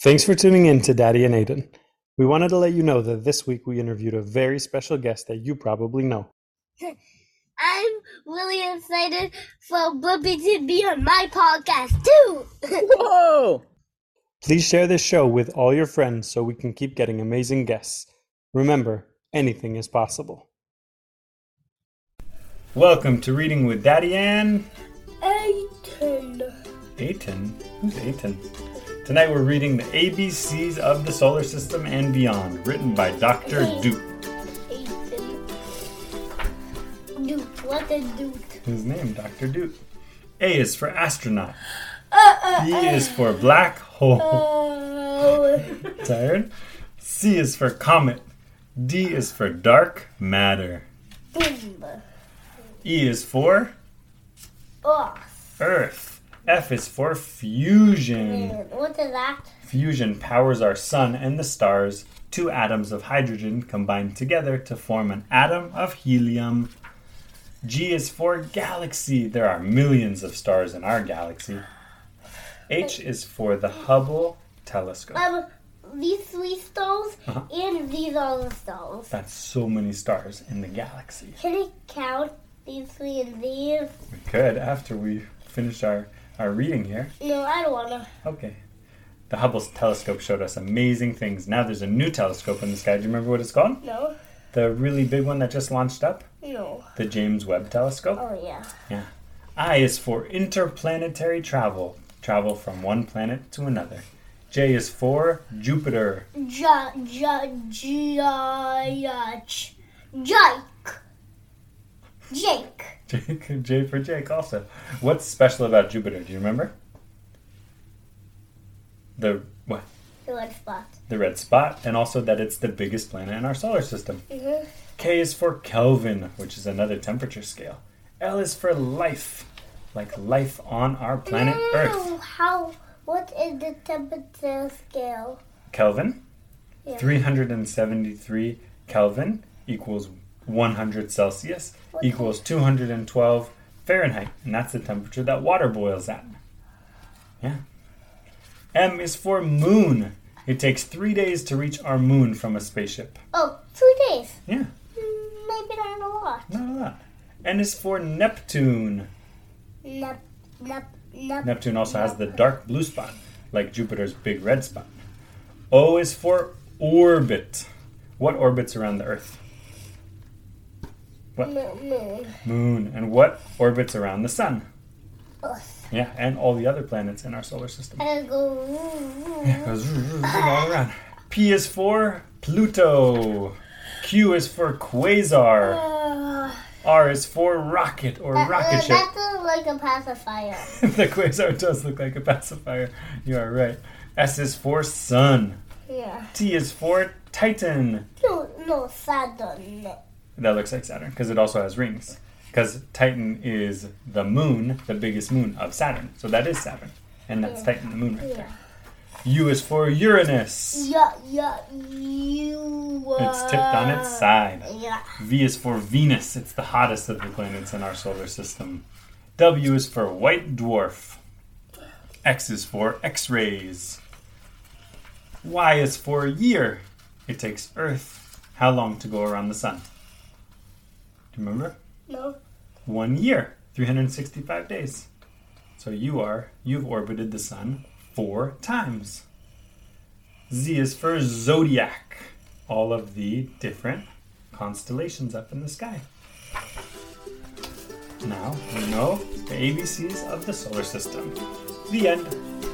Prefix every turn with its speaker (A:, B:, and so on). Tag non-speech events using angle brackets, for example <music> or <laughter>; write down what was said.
A: Thanks for tuning in to Daddy and Aiden. We wanted to let you know that this week we interviewed a very special guest that you probably know.
B: I'm really excited for Blippi to be on my podcast too. <laughs>
C: Whoa!
A: Please share this show with all your friends so we can keep getting amazing guests. Remember, anything is possible. Welcome to Reading with Daddy and
B: Eighteen.
A: Aiton. Who's Aiton? Tonight we're reading the ABCs of the Solar System and Beyond, written by Dr. Duke.
B: Eighteen. Duke, what a duke.
A: His name, Dr. Duke. A is for astronaut. B is for black hole.
B: Oh,
A: Tired? C is for comet. D is for dark matter.
B: boom.
A: E is for
B: Oh,
A: Earth. F is for fusion.
B: man, what is that?
A: Fusion powers our sun and the stars. Two atoms of hydrogen combine together to form an atom of helium. G is for galaxy. There are millions of stars in our galaxy. H is for the Hubble telescope.
B: Um, these three stars
A: Uh-huh.
B: and these other stars.
A: That's so many stars in the galaxy.
B: Can I count these three and these?
A: We could after we finish our, our reading here.
B: No, I don't wanna.
A: Okay. The Hubble telescope showed us amazing things. Now there's a new telescope in the sky. Do you remember what it's called?
B: No,
A: The really big one that just launched up?
B: no.
A: The James Webb Telescope.
B: Oh yeah.
A: I is for interplanetary travel, travel from one planet to another. J is for Jupiter. <laughs>
B: Ja, ja, judge. Jake. Jake.
A: J for Jake also. What's special about Jupiter? Do you remember? The what?
B: The red spot.
A: The red spot, and also that it's the biggest planet in our solar system.
B: Mm-hmm.
A: K is for Kelvin, which is another temperature scale. L is for life, like life on our planet Earth.
B: How? What is the temperature scale?
A: Kelvin,
B: Yeah.
A: 373 Kelvin equals 100 Celsius equals 212 Fahrenheit, and that's the temperature that water boils at. Yeah. M is for moon. It takes three days to reach our moon from a spaceship.
B: Oh, two days.
A: Yeah,
B: Mm, Maybe not a lot.
A: not a lot. N is for Neptune.
B: Nep, nep, nep.
A: Neptune also has the dark blue spot, like Jupiter's big red spot. O is for orbit. What orbits around the Earth?
B: Mo- moon.
A: Moon. And what orbits around the Sun?
B: Earth.
A: Yeah, and all the other planets in our solar system.
B: I go. woo,
A: It goes all around. P is for Pluto. Q is for
B: woo.
A: quasar.
B: Uh,
A: R is for rocket or
B: that-
A: <laughs>
B: uh,
A: rocket ship.
B: That looks like a pacifier.
A: <laughs> the quasar does look like a pacifier. You are right. S is for sun.
B: yeah.
A: T is for Titan.
B: No, no, Saturn.
A: That looks like Saturn because it also has rings. Because Titan is the moon, the biggest moon of Saturn. So that is Saturn. And that's Titan, the moon right there. U is for Uranus.
B: Yeah, yeah, you. Uh,
A: It's tipped on its side.
B: Yeah.
A: V is for Venus. It's the hottest of the planets in our solar system. W is for white dwarf. X is for X rays. Y is for year. It takes Earth how long to go around the sun? Do you remember?
B: No.
A: one year, 365 days. So you are, you've orbited the sun four times. Z is for zodiac, all of the different constellations up in the sky. Now we know the ABCs of the solar system. The end.